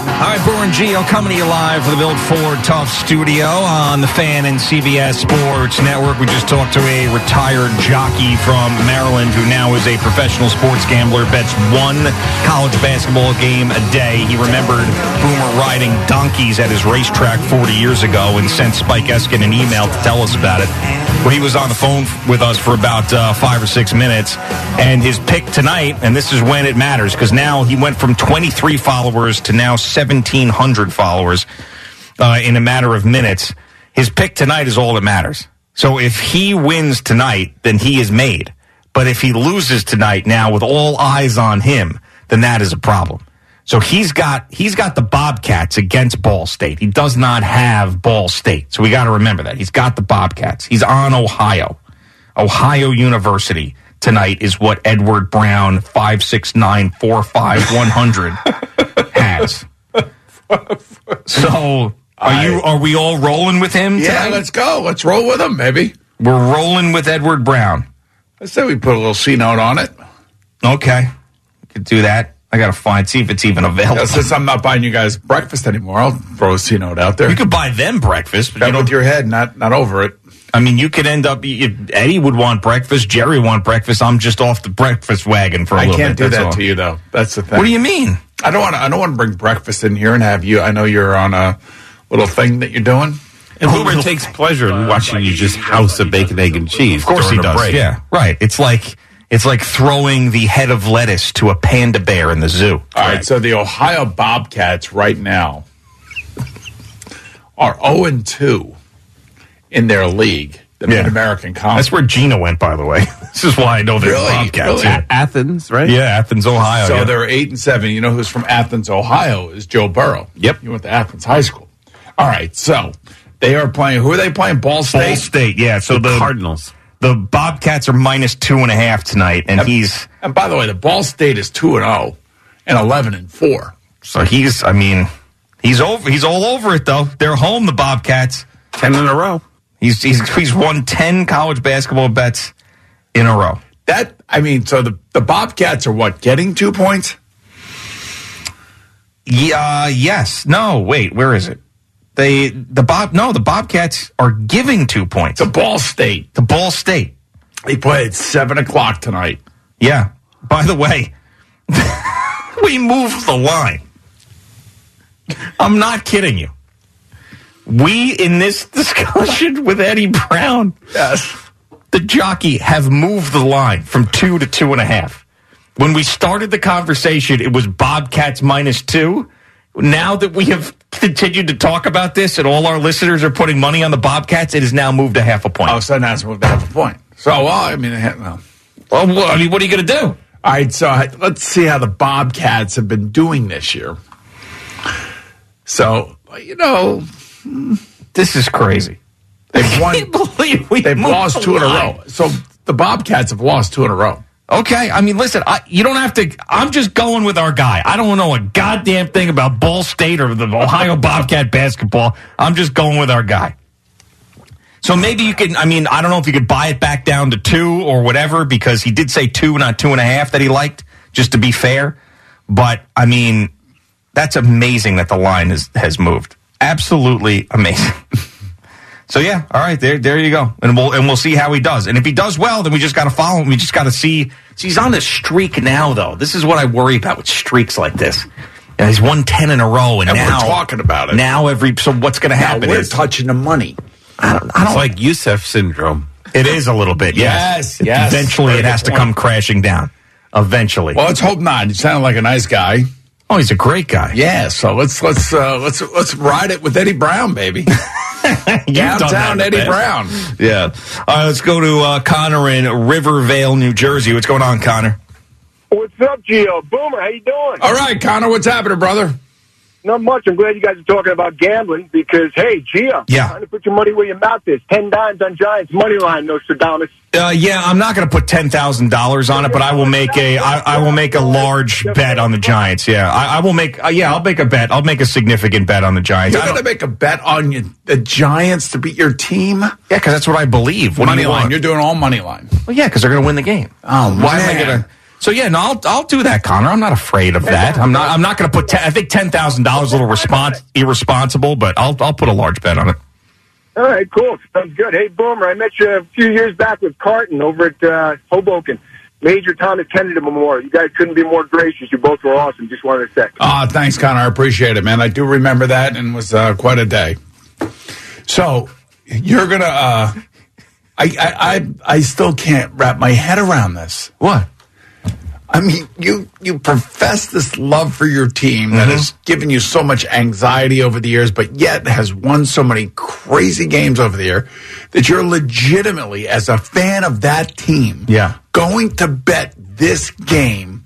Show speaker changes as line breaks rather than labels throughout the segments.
All right, Brewer and Geo coming to you live from the Built Ford Tough Studio on the Fan and CBS Sports Network. We just talked to a retired jockey from Maryland who now is a professional sports gambler, bets one college basketball game a day. He remembered Boomer riding donkeys at his racetrack 40 years ago and sent Spike Eskin an email to tell us about it. Well, he was on the phone with us for about uh, five or six minutes, and his pick tonight, and this is when it matters because now he went from 23 followers to now 1,700 followers uh, in a matter of minutes. His pick tonight is all that matters. So if he wins tonight, then he is made. But if he loses tonight, now with all eyes on him, then that is a problem. So he's got he's got the Bobcats against Ball State. He does not have Ball State, so we got to remember that he's got the Bobcats. He's on Ohio. Ohio University tonight is what Edward Brown five six nine four five one hundred has. So are you are we all rolling with him
Yeah,
tonight?
let's go. Let's roll with them, maybe.
We're rolling with Edward Brown.
I said we put a little C note on it.
Okay. We could do that. I gotta find see if it's even available.
Yeah, since I'm not buying you guys breakfast anymore, I'll throw a C note out there.
You could buy them breakfast, but you
Down
don't
with your head, not not over it.
I mean, you could end up. If Eddie would want breakfast. Jerry would want breakfast. I'm just off the breakfast wagon for a
I
little
can't
bit.
do
that's
that
all.
to you though. That's the thing.
What do you mean?
I don't want to. I don't want to bring breakfast in here and have you. I know you're on a little thing that you're doing.
And Boomer takes pleasure in watching you just house a bacon, egg, and cheese.
Of course he
during a
does.
break.
Yeah, right. It's like it's like throwing the head of lettuce to a panda bear in the zoo.
All right. So the Ohio Bobcats right now are 0 and 2 in their league, the
Yeah.
Mid American Conference.
That's where Gina went, by the way. this is why I know there's
Really?
bobcats.
Really?
here.
Athens, right?
Yeah, Athens, Ohio.
So
Oh, yeah.
they're eight and seven. You know who's from Athens, Ohio? Is Joe Burrow.
Yep.
You went to Athens High School. All right. So they are playing. Who are they playing? Ball State.
Ball State. Yeah. So the
Cardinals.
the Bobcats are minus two and a half tonight, and he's
And by the way, the Ball State is two and zero and eleven and four.
so he's. I mean, he's over. He's all over it though. They're home. The Bobcats.
Ten in a row.
He's he's he's won ten college basketball bets in a row.
That I mean, so the the Bobcats are what getting two points.
Yeah. Yes. No. Wait. Where is it? They the Bob. No, the Bobcats are giving two points
The Ball State
to Ball State.
they play at seven o'clock tonight.
Yeah. By the way, we moved the line. I'm not kidding you. We in this discussion with Eddie Brown
Yes.
the jockey have moved the line from two to two and a half. When we started the conversation, it was Bobcats minus two. Now that we have continued to talk about this and all our listeners are putting money on the Bobcats, it has now moved a half a point.
Oh, so now it's moved half a point. So well, I mean, eh, well.
Well, wha- I mean, what are you going to do?
All right, so I- let's see how the Bobcats have been doing this year. So, you know,
This is crazy.
they've won.
Can't believe we
They've
moved
lost
the
two in a
line.
row. So the Bobcats have lost two in a row.
Okay, I mean, listen, I, you don't have to. I'm just going with our guy. I don't know a goddamn thing about Ball State or the Ohio Bobcat basketball. I'm just going with our guy. So maybe you can. I mean, I don't know if you could buy it back down to two or whatever because he did say two, not two and a half that he liked, just to be fair. But I mean, that's amazing that the line has has moved. Absolutely amazing. So yeah, all right, there, there you go, and we'll and we'll see how he does. And if he does well, then we just got to follow him. We just got to see. So he's on this streak now, though. This is what I worry about with streaks like this. And he's won ten in a row, and,
And we're
now
talking about it.
Now every so what's going to
Now
happen
we're
is
touching the money.
It's like Yusef syndrome.
it is a little bit.
Yes, yes.
Eventually,
Very
it
good
has to
point.
come crashing down. Eventually.
Well, let's hope not. You sound like a nice guy.
Oh, he's a great guy.
Yeah, so let's let's uh, let's let's ride it with Eddie Brown, baby.
You've done that in
Downtown
the
Eddie
past.
Brown.
Yeah. All right, let's go to uh, Connor in Rivervale, New Jersey. What's going on, Connor?
What's up, Gio? Boomer, how you doing?
All right, Connor, what's happening, brother?
Not much. I'm glad you guys are talking about gambling because, hey, Gio,
Yeah.
time to put your money where your mouth is. Ten dimes on Giants money line, Nostradamus.
Uh, yeah, I'm not going to put ten thousand dollars on it, but I will make a I, I will make a large bet on the Giants. Yeah, I, I will make uh, yeah I'll make a bet. I'll make a significant bet on the Giants.
You're
I
going to
don't-
make a bet on you, the Giants to beat your team?
yeah, because that's what I believe. What do
money
you
line.
want?
You're doing all money line.
Well, yeah, because they're going to win the game.
Oh,
why am I
man.
going to? So yeah, no, I'll I'll do that, Connor. I'm not afraid of that. I'm not I'm not going to put. 10, I think ten thousand dollars a little respons- irresponsible, but I'll I'll put a large bet on it.
All right, cool. Sounds good. Hey, Boomer, I met you a few years back with Carton over at uh, Hoboken. Major Thomas Kennedy Memorial. You guys couldn't be more gracious. You both were awesome. Just wanted to say.
Ah, thanks, Connor. I appreciate it, man. I do remember that, and it was uh, quite a day. So you're gonna. Uh, I, I I I still can't wrap my head around this.
What?
I mean, you you profess this love for your team that has
Mm-hmm.
given you so much anxiety over the years, but yet has won so many crazy games over the year that you're legitimately, as a fan of that team,
Yeah.
going to bet this game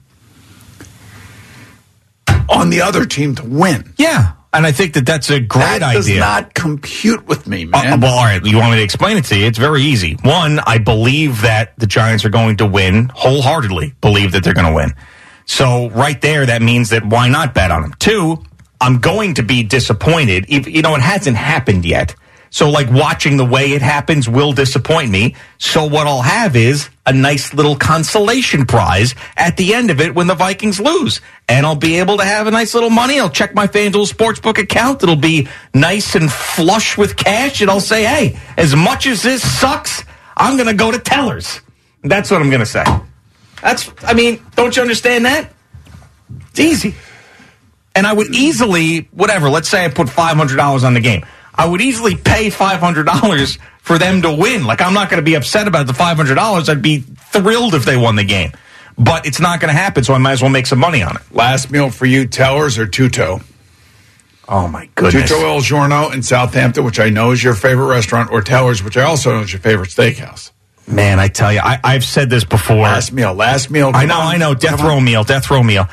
on the other team to win.
Yeah, and I think that that's a great
that does
idea.
not compute with me,
Uh,
man.
well, all right. You want me to explain it to you? It's very easy. One, I believe that the Giants are going to win wholeheartedly. Believe that they're going to win. So right there, that means that why not bet on them? Two, I'm going to be disappointed. If, you know, it hasn't happened yet. So like watching the way it happens will disappoint me. So what I'll have is a nice little consolation prize at the end of it when the Vikings lose. And I'll be able to have a nice little money. I'll check my FanDuel Sportsbook account. It'll be nice and flush with cash. And I'll say, hey, as much as this sucks, I'm going to go to Tellers. That's what I'm going to say. That's, I mean, don't you understand that? It's easy. And I would easily, whatever, let's say I put $500 on the game. I would easily pay $500 for them to win. Like, I'm not going to be upset about the $500. I'd be thrilled if they won the game. But it's not going to happen, so I might as well make some money on it.
Last meal for you, Tellers or Tuto?
Oh, my
Tuto El Giorno in Southampton, which I know is your favorite restaurant, or Tellers, which I also know is your favorite steakhouse.
Man, I tell you, I, I've said this before.
Last meal, last meal.
I
come
know,
on.
I know. Death row meal, death row meal.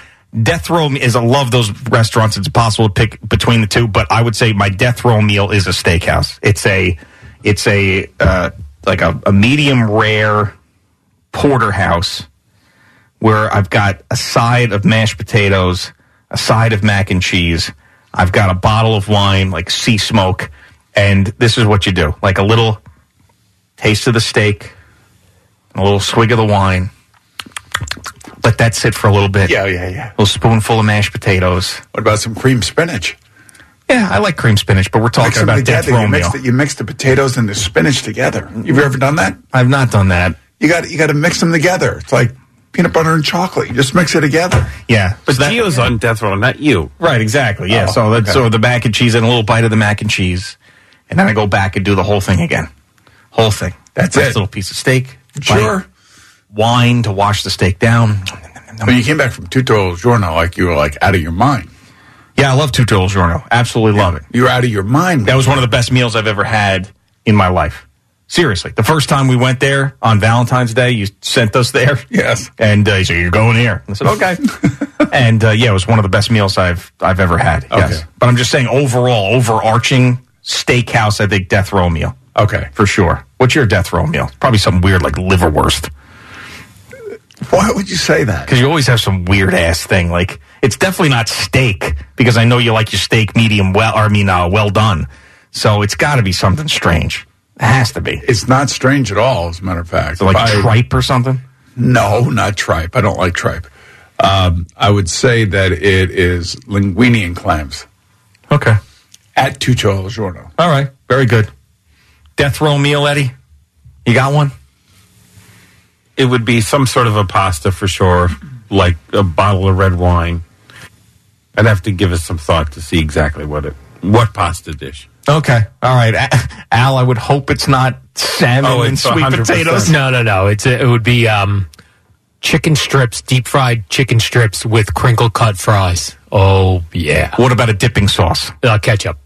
Death row me- is, I love those restaurants. It's possible to pick between the two, but I would say my death row meal is a steakhouse. It's a, it's a, uh, like a, a medium rare porterhouse where I've got a side of mashed potatoes, a side of mac and cheese. I've got a bottle of wine, like sea smoke. And this is what you do like a little taste of the steak, a little swig of the wine. Let that sit for a little bit.
Yeah, yeah, yeah.
A little spoonful of mashed potatoes.
What about some cream spinach?
Yeah, I like cream spinach, but we're talking
Mix them
about death
together.
row
you, mix
meal.
the, you mix the potatoes and the spinach together. You've ever done that?
I've not done that.
You got you got to mix them together. It's like peanut butter and chocolate. You just mix it together.
Yeah,
But
So that-
Gio's on death row, not you.
Right, exactly. Yeah.
Oh,
so that
okay.
so the mac and cheese and a little bite of the mac and cheese, and then I go back and do the whole thing again, whole thing.
That's
nice
it.
Little piece of steak. bite,
Sure.
wine to wash the steak down.
When you came back from Tutto Il Giorno, like you were like out of your mind.
Yeah, I love two al giorno. Absolutely love it.
You were out of your mind.
That was one of the best meals I've ever had in my life. Seriously, the first time we went there on Valentine's Day, you sent us there.
Yes.
and uh, so you're going here. I said okay, and uh, yeah, it was one of the best meals I've I've ever had. Yes,
Okay.
but I'm just saying overall, overarching steakhouse, I think death row meal
okay.
for sure. What's your death row meal? Probably some weird like liverwurst
Why would you say that?
because you always have some weird ass thing. Like it's definitely not steak because I know you like your steak medium well. Or I mean, uh, well done. So it's got to be something strange. It has to be.
It's not strange at all. As a matter of fact,
So like
Probably-
tripe or something.
No, not tripe. I don't like tripe. Um, I would say that it is linguine and clams
Okay.
at Tutto Il Giorno.
All right. Very good. Death row meal, Eddie. You got one?
It would be some sort of a pasta for sure, like a bottle of red wine. I'd have to give it some thought to see exactly what it what pasta dish.
Okay. All right. A- Al, I would hope it's not salmon
Oh,
and
it's
sweet
100%.
potatoes.
No, no, no. It's it would be um, chicken strips, deep fried chicken strips with crinkle cut fries. Oh yeah,
What about a dipping sauce?
uh, ketchup.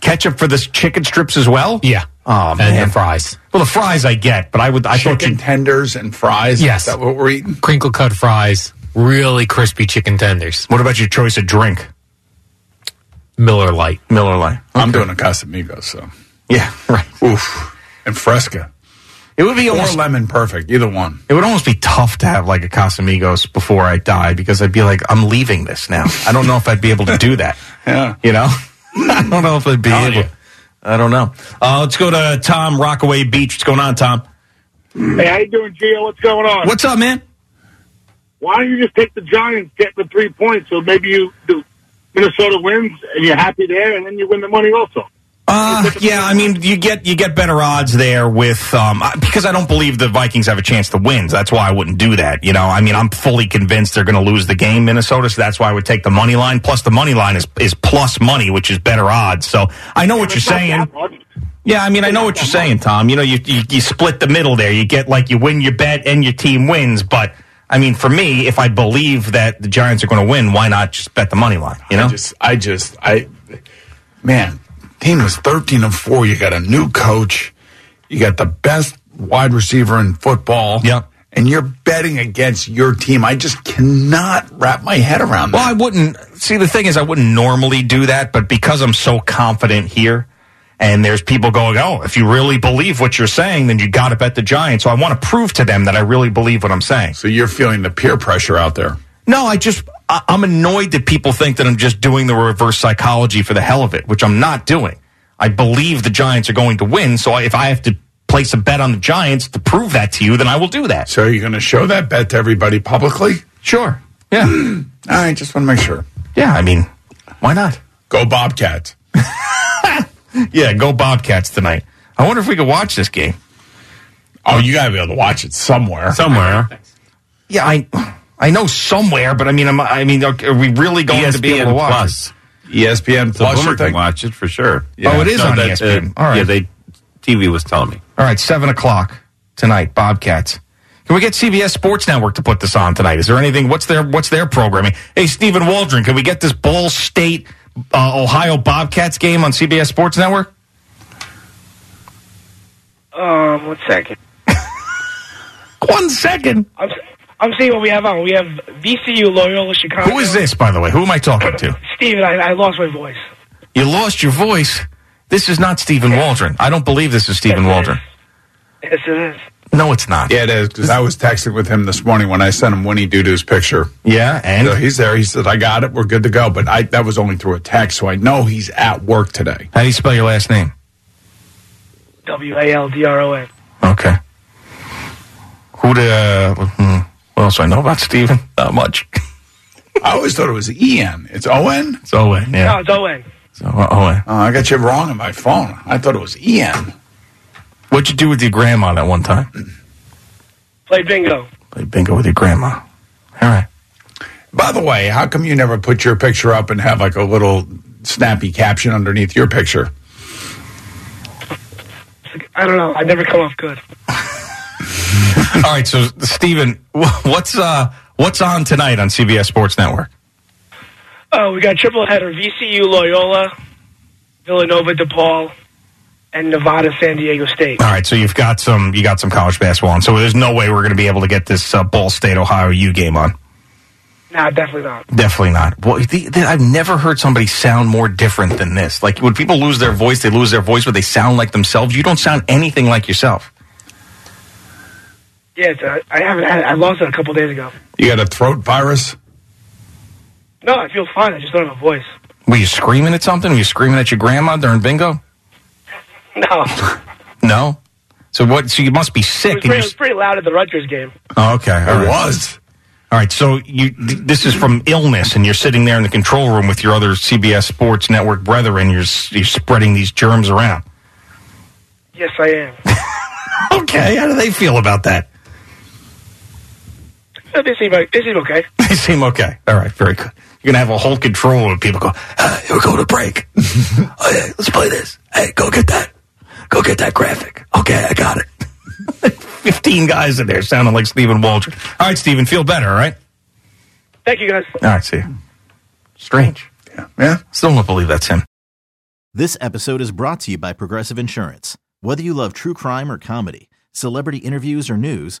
Ketchup for the chicken strips as well?
Yeah.
Oh,
and
man.
the fries.
Well, the fries I get, but I would I thought
Chicken
you
tenders and fries.
Yes.
Is that what we're eating?
Crinkle cut fries. Really crispy chicken tenders.
What about your choice of drink?
Miller Lite.
Miller Lite.
I'm doing a Casamigos, so.
Yeah, right.
Oof. And Fresca.
It would be
Or
almost
lemon perfect, either one.
it would almost be tough to have like a Casamigos before I die because I'd be like, I'm leaving this now. I don't know if I'd be able to do that.
Yeah.
You know? I don't know if I'd be able. I don't know. Uh, let's go to Tom Rockaway Beach. What's going on, Tom?
Hey, how you doing, Gio? What's going on?
What's up, man?
Why don't you just take the Giants, get the three points, so maybe you do Minnesota wins and you're happy there, and then you win the money also.
Uh, yeah, I mean, you get you get better odds there with um, I- because I don't believe the Vikings have a chance to win. so That's why I wouldn't do that. You know, I mean, I'm fully convinced they're going to lose the game, Minnesota. So that's why I would take the money line. Plus, the money line is is plus money, which is better odds. So I know what you're
It's not
saying.
that much.
Yeah, I mean, I know what you're saying, Tom. You know, you, you you split the middle there. You get like you win your bet and your team wins. But I mean, for me, if I believe that the Giants are going to win, why not just bet the money line? You know,
I just, I just, I, man, team was 13 and 4. You got a new coach. You got the best wide receiver in football.
Yep.
And you're betting against your team. I just cannot wrap my head around
Well, I
that.
wouldn't. See, the thing is, I wouldn't normally do that, but because I'm so confident here, and there's people going, oh, if you really believe what you're saying, then you got to bet the Giants. So I want to prove to them that I really believe what I'm saying.
So you're feeling the peer pressure out there.
No, I just, I, I'm annoyed that people think that I'm just doing the reverse psychology for the hell of it, which I'm not doing. I believe the Giants are going to win. So I, if I have to place a bet on the Giants to prove that to you, then I will do that.
So are you going to show that bet to everybody publicly?
Sure. Yeah.
All right, just want to make sure.
Yeah. I mean, why not?
Go Bobcats.
Yeah, go Bobcats tonight. I wonder if we could watch this game.
Oh, you got to be able to watch it somewhere.
Somewhere.
Yeah, I I know somewhere, but I mean, I'm, I mean, are we really going to be able to watch?
Plus.
ESPN
So
Plus.
Boomer
you
can
think?
watch it for sure.
Oh, it is on
E
ESPN. All right.
uh, Yeah, they TV was telling me.
All right, seven o'clock tonight, Bobcats. Can we get CBS Sports Network to put this on tonight? Is there anything? What's their What's their programming? Hey, Stephen Waldron, can we get this Ball State uh, Ohio Bobcats game on CBS Sports Network?
Um, one second.
One second.
I'm, I'm seeing what we have on. We have VCU Loyola Chicago.
Who is this, by the way? Who am I talking to?
Steven, I, I lost my voice.
You lost your voice. This is not Stephen Waldron. I don't believe this is Stephen Waldron.
Yes, it is.
No, it's not.
Yeah, it is because I was texting with him this morning when I sent him Winnie Doodoo's picture.
Yeah, and
So he's there. He said, "I got it. We're good to go." But I that was only through a text, so I know he's at work today.
how do you spell your last name?
W A L D R O N.
Okay. Who the? Uh, hmm, what else do I know about Steven? Not much.
I always thought it was Ian. It's Owen.
It's Owen.
No,
Yeah.
Oh, it's O-N.
So, uh, Owen.
Oh, I got you wrong on my phone. I thought it was E Ian.
What'd you do with your grandma that one time?
Play bingo.
Played bingo with your grandma. All right.
By the way, how come you never put your picture up and have like a little snappy caption underneath your picture?
I don't know. I never come off good.
All right. So, Steven, wh- what's uh, what's on tonight on CBS Sports Network?
Oh, we got triple header: VCU Loyola, Villanova DePaul, and Nevada San Diego State.
All right. So you've got some you got some college basketball on. So there's no way we're going to be able to get this uh, Ball State Ohio U game on.
Nah, definitely not.
Definitely not. Well, the, the, I've never heard somebody sound more different than this. Like when people lose their voice, they lose their voice, but they sound like themselves. You don't sound anything like yourself.
Yeah, it's, uh, I haven't had. It. I lost it a couple days ago.
You got a throat virus?
No, I feel fine. I just don't have a voice.
Were you screaming at something? Were you screaming at your grandma during bingo?
No,
No. So what? So you must be
it
sick.
was,
and
pretty, it
you're
was pretty loud at the Rutgers game.
s- oh, okay. All
It
right.
was.
All right. So you th- this is from illness, and you're sitting there in the control room with your other CBS Sports Network brethren. You're s- you're spreading these germs around.
Yes, I am.
Okay. How do they feel about that?
Yeah, they seem like- they seem okay.
They seem okay. All right, very good. You're gonna have a whole control when people go. "Ah, we're going to break. okay, Oh, let's play this. Hey, go get that. Go get that graphic. Okay, I got it. Fifteen guys in there sounding like Stephen Waldron. All right, Stephen, feel better. All right.
Thank you guys.
All right, see you.
Strange.
Yeah. yeah.
Still don't believe that's him.
This episode is brought to you by Progressive Insurance. Whether you love true crime or comedy, celebrity interviews or news,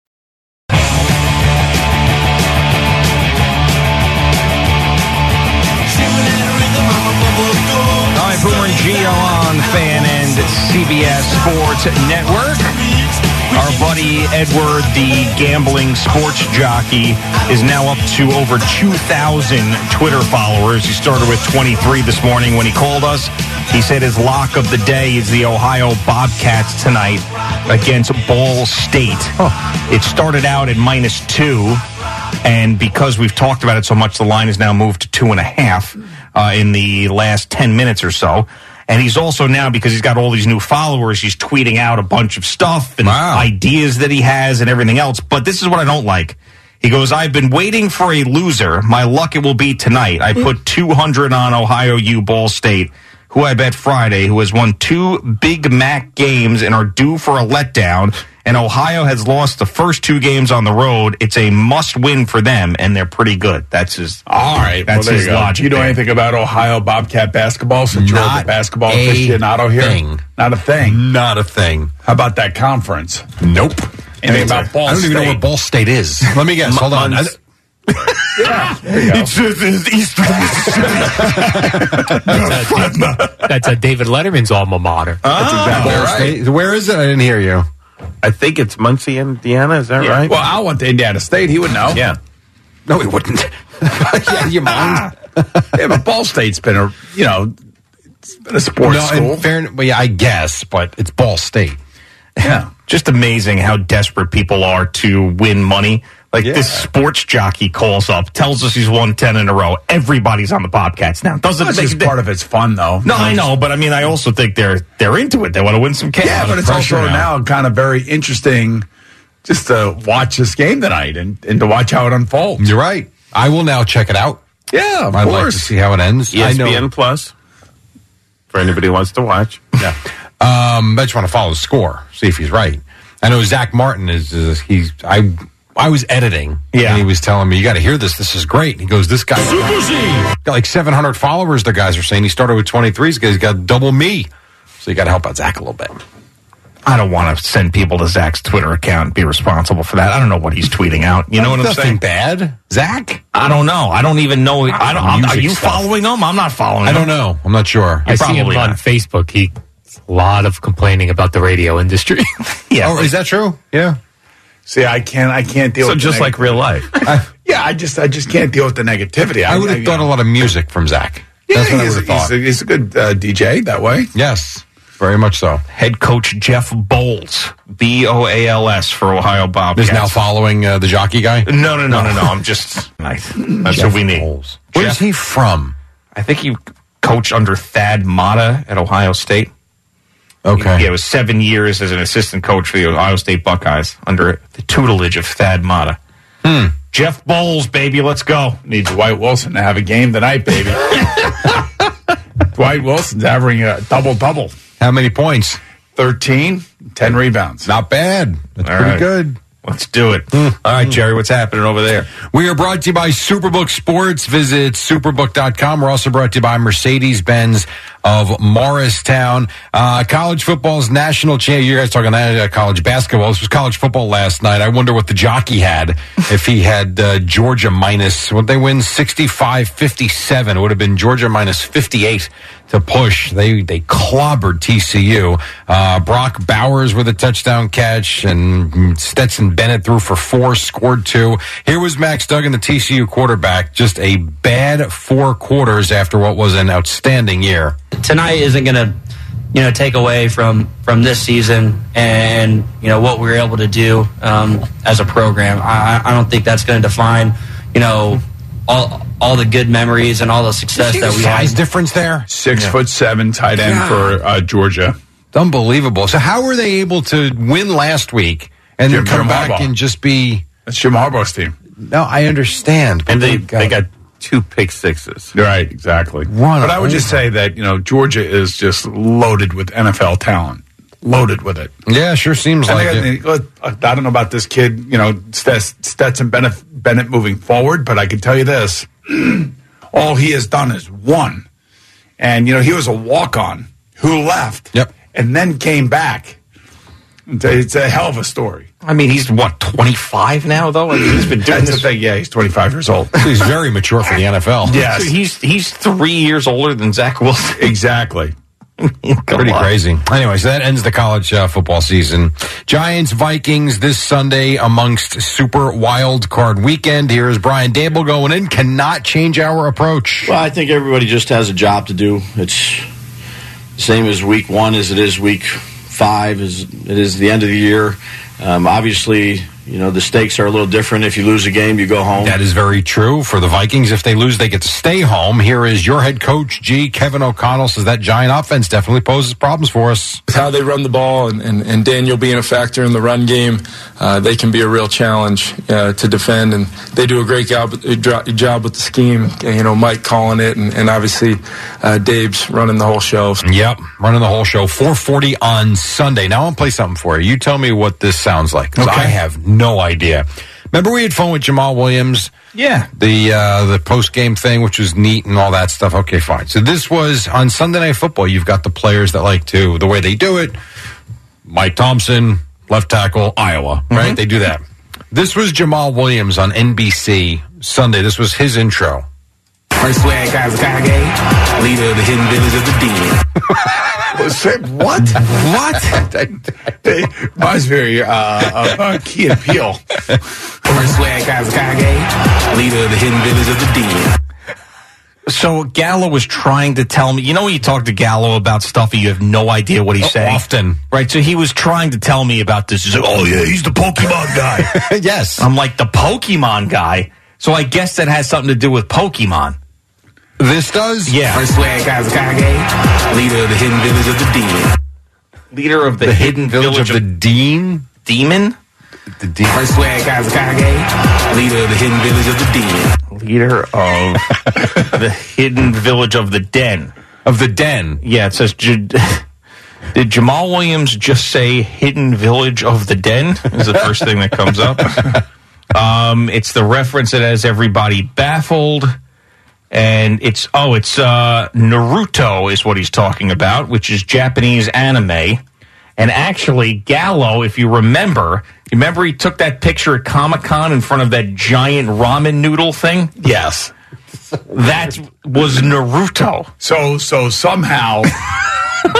All right, Boomer and Geo on Fan and CBS Sports Network. Our buddy Edward, the gambling sports jockey, is now up to over 2,000 Twitter followers. He started with 23 this morning when he called us. He said his lock of the day is the Ohio Bobcats tonight against Ball State. It started out at minus two. And because we've talked about it so much, the line has now moved to two and a half uh, in the last 10 minutes or so. And he's also now, because he's got all these new followers, he's tweeting out a bunch of stuff and ideas that he has and everything else. But this is what I don't like. He goes, I've been waiting for a loser. My luck it will be tonight. I put 200 on Ohio U Ball State, who I bet Friday, who has won two Big Mac games and are due for a letdown. And Ohio has lost the first two games on the road. It's a must win for them, and they're pretty good. That's his.
All right.
That's
well, there
his
you go.
logic
You know
there.
anything about Ohio Bobcat basketball since you're
Not
the basketball
a
aficionado here?
thing.
Not a thing.
Not a thing.
How about that conference?
Nope.
Anything about Ball
I don't even know
State?
what Ball State is. Let me guess. Hold on. I- It's, it's, it's Eastern Mississippi.
That's a David Letterman's alma mater.
That's exactly
Ball
right.
State. Where is it? I didn't hear you.
Ah, I think it's Muncie, Indiana. Is that
Yeah.
right?
Well, I want the Indiana State. He would know.
yeah.
No, he wouldn't. yeah, you mind?
yeah, but Ball State's been a you know it's been a sports
No,
school.
in fairness, well, yeah, I guess, but it's Ball State.
yeah.
just amazing how desperate people are to win money. Like
Yeah.
this sports jockey calls up, tells us he's won ten in a row. Everybody's on the Bobcats now. Doesn't
That's
make
just part of it's fun, though.
No, I know, but I mean, I also think they're they're into it. They want to win some cash.
Yeah, but it's
pressure
also
now.
now. kind of very interesting just to watch this game tonight and, and to watch how it unfolds.
You're right. I will now check it out.
Yeah, of
I'd like to
course.
see how it ends. I
E
know.
ESPN Plus for anybody who wants to watch.
Yeah. Um, I just want to follow the score, see if he's right. I know Zach Martin is, is he's I I was editing.
Yeah.
And he was telling me, you got to hear this. This is great. And he goes, this guy got like 700 followers, the guys are saying. He started with 23. He's got- he's got double me. So you got to help out Zach a little bit.
I don't want to send people to Zach's Twitter account and be responsible for that. I don't know what he's tweeting out. You know what I'm
Nothing
saying?
bad. Zach?
I don't know. I don't even know. I don't. I'm, are
Music
you
stuff.
following him? I'm not following.
I
him.
don't know. I'm not sure.
I see him
probably
on
not.
Facebook. He a lot of complaining about the radio industry.
Yeah.
Oh, is that true? Yeah.
See, I can't, I can't deal.
So
with the
just
neg-
like real life.
yeah, I just, I just can't deal with the negativity.
I would have
you
thought a
know.
lot of music from Zach.
Yeah,
That's what I
he's,
would have
He's
thought.
a, he's a good uh, DJ that way.
yes. Very much so.
Head coach Jeff Bowles, B O A L S for Ohio Bobcats.
Is now following uh, the jockey guy?
No, no, no, no, no. I'm just nice. That's what we need.
Where's
Jeff-
he from?
I think he coached under Thad Mata at Ohio State.
Okay.
Yeah, it was seven years as an assistant coach for the Ohio State Buckeyes under the tutelage of Thad Mata.
Hmm.
Jeff Bowles, baby, let's go.
Need Dwight Wilson to have a game tonight, baby. Dwight Wilson's averaging a double double,
How many points?
13, 10 rebounds.
Not bad. That's
All
pretty
right.
good. Let's do it. Hmm. All right, Jerry, what's happening over there? We are brought to you by Superbook Sports. Visit superbook.com. We're also brought to you by Mercedes Benz of Morristown. Uh, college football's national champ. You guys talking uh, college basketball. This was college football last night. I wonder what the jockey had if he had uh, Georgia minus, would they win 65 57? It would have been Georgia minus 58 to push. They they clobbered TCU. Uh, Brock Bowers with a touchdown catch, and Stetson Bennett threw for four, scored two. Here was Max Duggan, the TCU quarterback, just a bad four quarters after what was an outstanding year.
tonight isn't going to you know take away from from this season and you know what we were able to do um, as a program. I, I- I don't think that's going to define you know all all the good memories and all the success that we had.
difference there?
Six foot seven tight end
Yeah.
for uh, Georgia.
Unbelievable. So how were they able to win last week and then
Jim
come
Harbaugh.
back and just be?
That's Jim Harbaugh's team.
No, I understand.
And they, they got two pick sixes.
Right, exactly.
Run
but I would just
over.
say that you know Georgia is just loaded with NFL talent, loaded with it.
Yeah, sure seems
And
like
I,
it.
I don't know about this kid, you know, Stet- Stetson Bennett, Bennett moving forward, but I can tell you this: all he has done is won. And you know, he was a walk on who left,
Yep.
and then came back. It's a, it's a hell of a story.
I mean, he's what twenty five now, though. I mean, he's been doing
That's the
this.
thing. Yeah, he's twenty five years old.
He's very mature for the NFL.
Yes.
he's he's three years older than Zach Wilson.
exactly.
Pretty crazy. Anyway, so that ends the college uh, football season. Giants Vikings this Sunday amongst Super Wild Card Weekend. Here is Brian Dable going in. Cannot change our approach.
Well, I think everybody just has a job to do. It's the same as week one as it is week five, as it is the end of the year. Um, obviously, you know, the stakes are a little different. If you lose a game, you go home.
That is very true for the Vikings. If they lose, they get to stay home. Here is your head coach, G. Kevin O'Connell, says that Giant offense definitely poses problems for us.
with how they run the ball and, and, and Daniel being a factor in the run game, uh, they can be a real challenge uh, to defend. And they do a great job, job with the scheme. You know, Mike calling it, and, and obviously uh, Dave's running the whole show.
Yep, running the whole show. 440 on Sunday. Now, I'm going to play something for you. You tell me what this sounds like. 'cause I have no idea. Remember we had fun with Jamal Williams?
Yeah.
The uh, the post game thing, which was neat and all that stuff. Okay, fine. So this was on Sunday Night Football. You've got the players that like to the way they do it. Mike Thompson, left tackle, Iowa. Right?
Mm-hmm.
They do that. This was Jamal Williams on NBC Sunday. This was his intro.
First swag guys Kage, leader of the hidden village of the demon.
what? what? Reminds me of uh, uh, uh, Key and Peele.
First swag guys Kage, leader of the hidden village of the demon.
So Gallo was trying to tell me, you know, when you talk to Gallo about stuff, and you have no idea what he's saying.
Oh, Often,
right? So he was trying to tell me about this. He's like, "Oh yeah, he's the Pokemon guy."
yes,
I'm like the Pokemon guy. So I guess that has something to do with Pokemon.
This does,
yeah.
First swag guys Kage, leader of the hidden village of the demon.
Leader of the, hidden, village, of,
the Dean
Demon.
The demon.
First swag guys Kage, leader of the hidden village of the demon.
Leader of the hidden village of the den.
Of the den.
Yeah, it says. J- did Jamal Williams just say hidden village of the den? Is the first thing that comes up. Um, it's the reference that has everybody baffled. And it's, oh, it's uh, Naruto is what he's talking about, which is Japanese anime. And actually, Gallo, if you remember, you remember he took that picture at Comic Con in front of that giant ramen noodle thing?
Yes.
That was Naruto.
So so somehow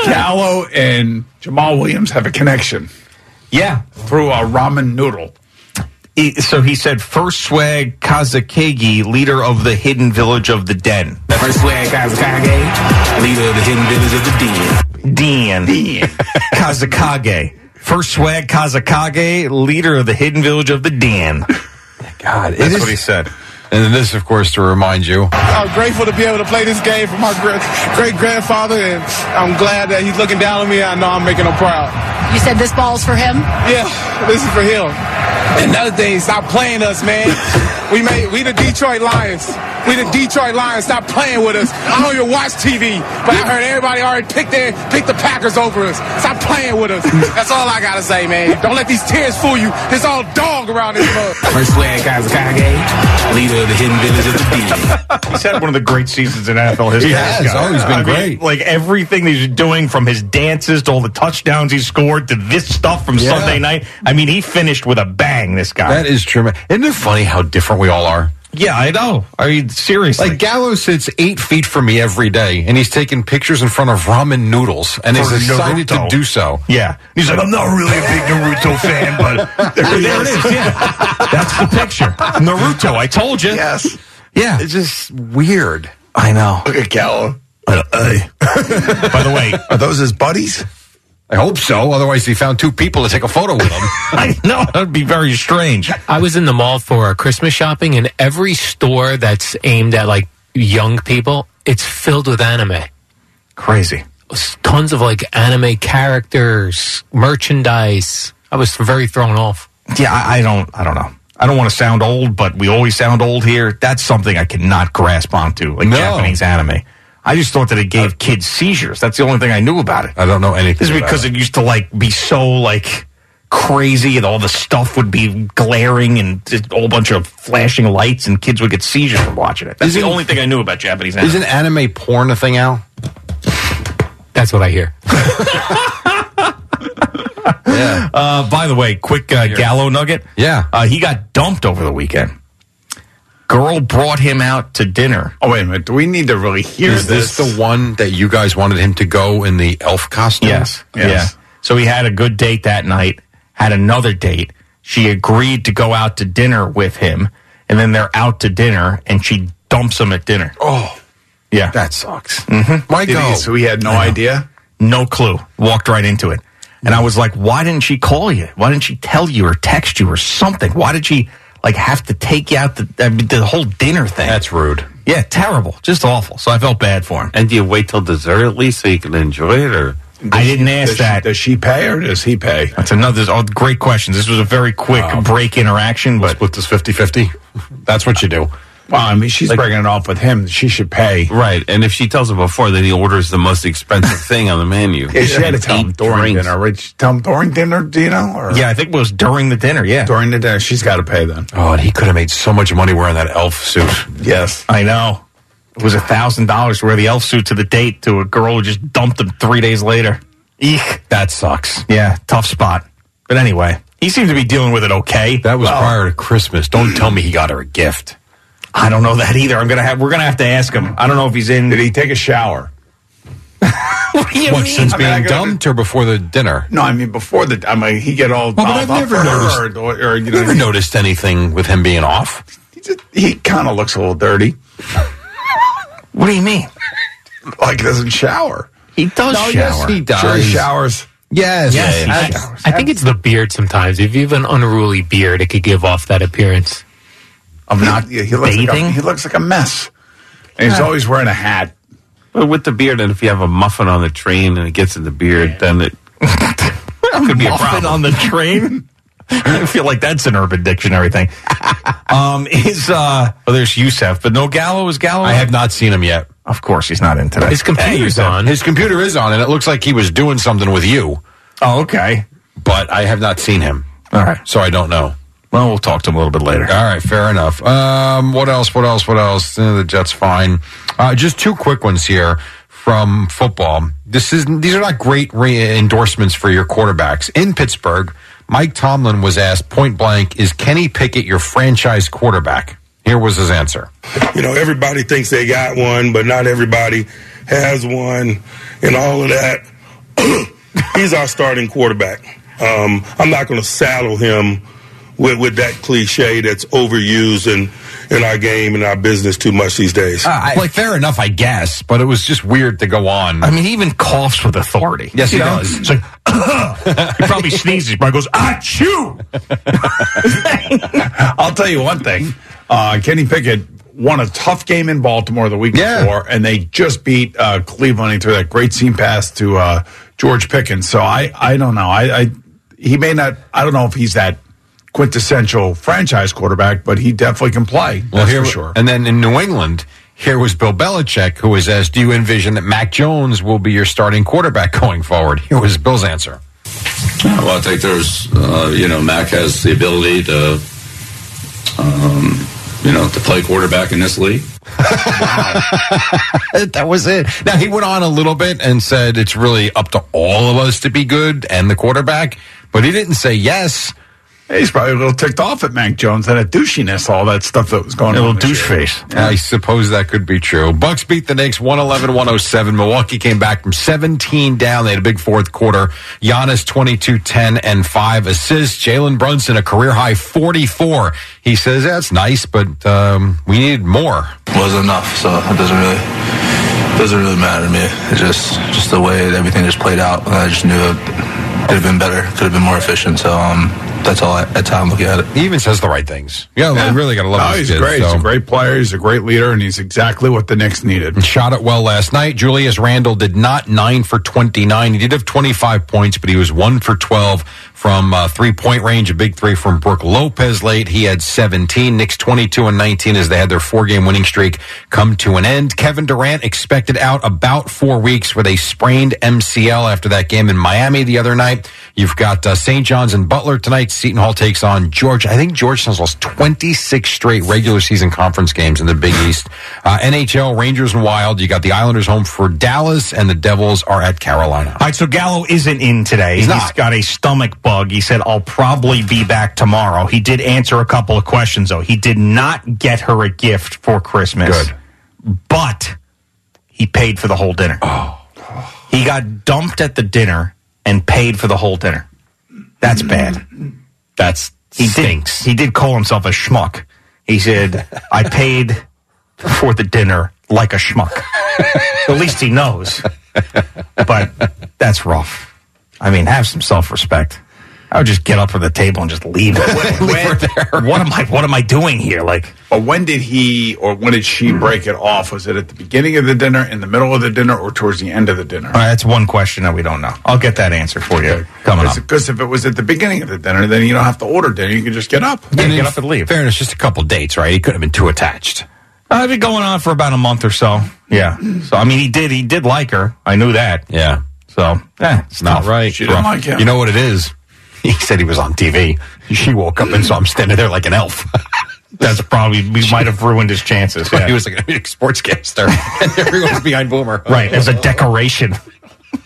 Gallo and Jamal Williams have a connection
Yeah.
through a ramen noodle.
He- so he said, First Swag Kazakegi, leader of the hidden village of the den.
First swag guys Kage, leader of the hidden village of the demon.
Den. Kazakage. First Swag Kazakage, leader of the hidden village of the den.
God,
That's what he said.
And then this, of course, to remind you.
I'm grateful to be able to play this game for my great grandfather, and I'm glad that he's looking down on me. I know I'm making him proud.
You said this ball's for him?
Yeah, this is for him. Another thing, stop playing us, man. We made we the Detroit Lions. We the Detroit Lions. Stop playing with us. I don't even watch TV, but I heard everybody already picked their picked the Packers over us. Stop playing.
playing with us. That's all I gotta say, man. Don't let these tears fool you. It's all dog around this mug.
First flag, Kazakage, leader of the hidden village of the deep.
He's had one of the great seasons in NFL history.
He
this
has.
guy.
Oh, he's been
mean,
great.
like everything that he's doing, from his dances to all the touchdowns he scored to this stuff from
Yeah.
Sunday night. I mean, he finished with a bang. This guy.
That is tremendous. Isn't it funny how different we all are?
Yeah, I know. I mean, seriously.
Like Gallo sits eight feet from me every day, and he's taking pictures in front of ramen noodles, and
For
is excited to
Naruto.
do so.
Yeah, he's like, I'm not really a big Naruto fan, but there, there it is. Yeah, that's the picture. Naruto. I told you.
Yes.
Yeah.
It's just
weird.
I know.
Look at Gallo.
Uh, By the way,
are those his buddies?
I hope so. Otherwise, he found two people to take a photo with him.
I know that'd be very strange.
I was in the mall for Christmas shopping, and every store that's aimed at like young people, it's filled with anime.
Crazy.
Tons of like anime characters, merchandise. I was very thrown off.
Yeah, I, I don't. I don't know. I don't want to sound old, but we always sound old here. That's something I cannot grasp onto, like
No.
Japanese anime. I just thought that it gave kids seizures. That's the only thing I knew about it.
I don't know anything.
This is
about
because
it.
it used to like be so like crazy, and all the stuff would be glaring and just a whole bunch of flashing lights, and kids would get seizures from watching it. That's the
Isn't-
only thing I knew about Japanese anime.
Isn't anime porn a thing, Al?
That's what I hear.
Uh, by the way, quick uh, Gallo nugget.
Yeah.
Uh, he got dumped over the weekend. Girl brought him out to dinner.
Oh, wait a minute. Do we need to really hear
Is this,
this?
the one that you guys wanted him to go in the elf costume?
Yes.
Yes.
Yeah. So he had a good date that night, had another date. She agreed to go out to dinner with him, and then they're out to dinner, and she dumps him at dinner.
Oh,
Yeah.
that sucks. Mm-hmm. Why
Did
go?
he- so he had no idea?
No clue. Walked right into it. And I was like, why didn't she call you? Why didn't she tell you or text you or something? Why did she like have to take you out the, I mean, the whole dinner thing?
That's rude.
yeah, terrible. Just awful. So I felt bad for him.
And do you wait till dessert at least so you can enjoy it, or
I didn't ask
does
that.
She, does she pay or does he pay?
That's another oh, great question. This was a very quick break interaction, but
Split this 50 50. That's what you do.
Well, I mean, she's breaking it off with him. She should pay.
right? And if she tells him before, then he orders the most expensive thing on the menu.
Yeah, she had to tell him
Eight
during
drinks.
dinner. Right? She Tell him during dinner, do you know? Or
yeah, I think it was during the dinner. Yeah,
during the dinner, she's got to pay then.
Oh, and he could have made so much money wearing that elf suit.
Yes.
I know. It was a thousand dollars to wear the elf suit to the date to a girl who just dumped him three days later. Eek.
That sucks.
Yeah, tough spot. But anyway, he seemed to be dealing with it okay.
That was prior to Christmas. Don't tell me he got her a gift.
I don't know that either. I'm gonna have. We're gonna have to ask him. I don't know if he's in.
Did he take a shower?
what do you
What,
mean?
since
I mean, I
being
gotta-
dumped or before the dinner?
No, I mean before the. I mean he get all.
but
dolled
I've
up
never
for
noticed-
her Or, or, you know,
Never noticed anything with him being off.
He, just- he kind of looks a little dirty.
What do you mean?
Like he doesn't shower.
He does shower.
Oh, yes, he does.
Sure, he showers.
Yes,
Yes,
yeah,
he
yeah.
does.
I think it's the beard sometimes. If you have an unruly beard, it could give off that appearance.
I'm not. He, he looks like a,
Bathing?
he looks like a mess, and he's always wearing a hat.
But with the beard, and if you have a muffin on the train and it gets in the beard, then it could be a
muffin
problem.
on the train. I feel like that's an Urban Dictionary thing. Um, is uh, oh, there's Yusef, but no Gallo is Gallo.
I have not seen him yet.
of course, he's not in today.
His computer's
Hey, Yusef.
on.
His computer is on, and it looks like he was doing something with you,
Oh, okay.
but I have not seen him.
All right.
So I don't know.
Well, we'll talk to him a little bit later.
All right, fair enough. Um, what else? What else? What else? Uh, the Jets fine. Uh, just two quick ones here from football. This is these are not great re- endorsements for your quarterbacks in Pittsburgh. Mike Tomlin was asked point blank, "Is Kenny Pickett your franchise quarterback?" Here was his answer.
you know, everybody thinks they got one, but not everybody has one, and all of that. He's our starting quarterback. Um, I'm not going to saddle him with, with that cliche that's overused in, in our game and our business too much these days.
Uh, like fair enough, I guess, but it was just weird to go on.
I mean, he even coughs with authority.
Yes, he
You know?
does.
It's like he probably sneezes. He probably goes, "Achoo!"
I'll tell you one thing. Uh, Kenny Pickett won a tough game in Baltimore the week
Yeah.
before, and they just beat uh, Cleveland. He threw that great seam pass to uh, George Pickens. So I, I don't know. I, I he may not. I don't know if he's that quintessential franchise quarterback, but he definitely can play.
Well,
that's
here
for sure.
And then in New England, here was Bill Belichick, who was asked, "Do you envision that Mac Jones will be your starting quarterback going forward?" Here was Bill's answer.
Well, I think there's, uh, you know, Mac has the ability to, um, you know, to play quarterback in this league.
that was it. Now he went on a little bit and said it's really up to all of us to be good and the quarterback, but he didn't say yes.
He's probably a little ticked off at Mac Jones and at douchiness, all that stuff that was going
A
on.
little
this
douche
year.
face. I suppose that could be true. Bucks beat the Knicks 111-107. Milwaukee came back from 17 down. They had a big fourth quarter. Giannis 22, 10, and 5 assists. Jalen Brunson, a career high 44. He says that's nice, but um, we needed more.
was enough. So it doesn't really doesn't really matter to me. It's just just the way that everything just played out. I just knew it could have been better, could have been more efficient. So um, that's all. I, that's how I'm looking at it.
He even says the right things. Yeah, we really got to love
No, he's
this kid,
great. He's
so.
a great player. He's a great leader, and he's exactly what the Knicks needed.
Shot it well last night. Julius Randle did not nine for 29. He did have 25 points, but he was one for 12 from uh, three point range. A big three from Brooke Lopez late. He had 17. Knicks 22 and 19 as they had their four game winning streak come to an end. Kevin Durant expected out about four weeks with a sprained MCL after that game in Miami the other night. You've got uh, St. John's and Butler tonight. Seton Hall takes on Georgia. I think Georgetown's lost 26 straight regular season conference games in the Big East. Uh, NHL, Rangers and Wild. You got the Islanders home for Dallas, and the Devils are at Carolina.
All right, so Gallo isn't in today.
He's
he's
not.
got a stomach bug. He said, I'll probably be back tomorrow. He did answer a couple of questions, though. He did not get her a gift for Christmas. Good. But he paid for the whole dinner. Oh. He got dumped at the dinner and paid for the whole dinner. That's bad. That's he stinks. Did, he did call himself a schmuck. He said, I paid for the dinner like a schmuck. at least he knows. But that's rough. I mean, have some self respect. I would just get up from the table and just leave. what am I? What am I doing here? Like,
but when did he or when did she break it off? Was it at the beginning of the dinner, in the middle of the dinner, or towards the end of the dinner?
All right, that's one question that we don't know. I'll get that answer for you coming up.
Because if it was at the beginning of the dinner, then you don't have to order dinner. You can just get up.
And in Fairness, just a couple dates, right? He couldn't have been too attached.
Uh, I've been going on for about a month or so. Yeah. So I mean, he did. He did like her. I knew that.
Yeah.
So eh, it's
not
tough.
right. Rough. You know what it is? He said he was on TV. She woke up and saw him standing there like an elf.
That's probably we might have ruined his chances.
But He was like a big sportscaster, and everyone's behind Boomer.
right as a decoration.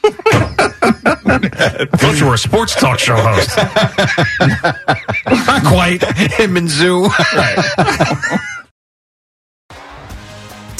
I thought you were a sports talk show host. Not quite.
Him and Zoo.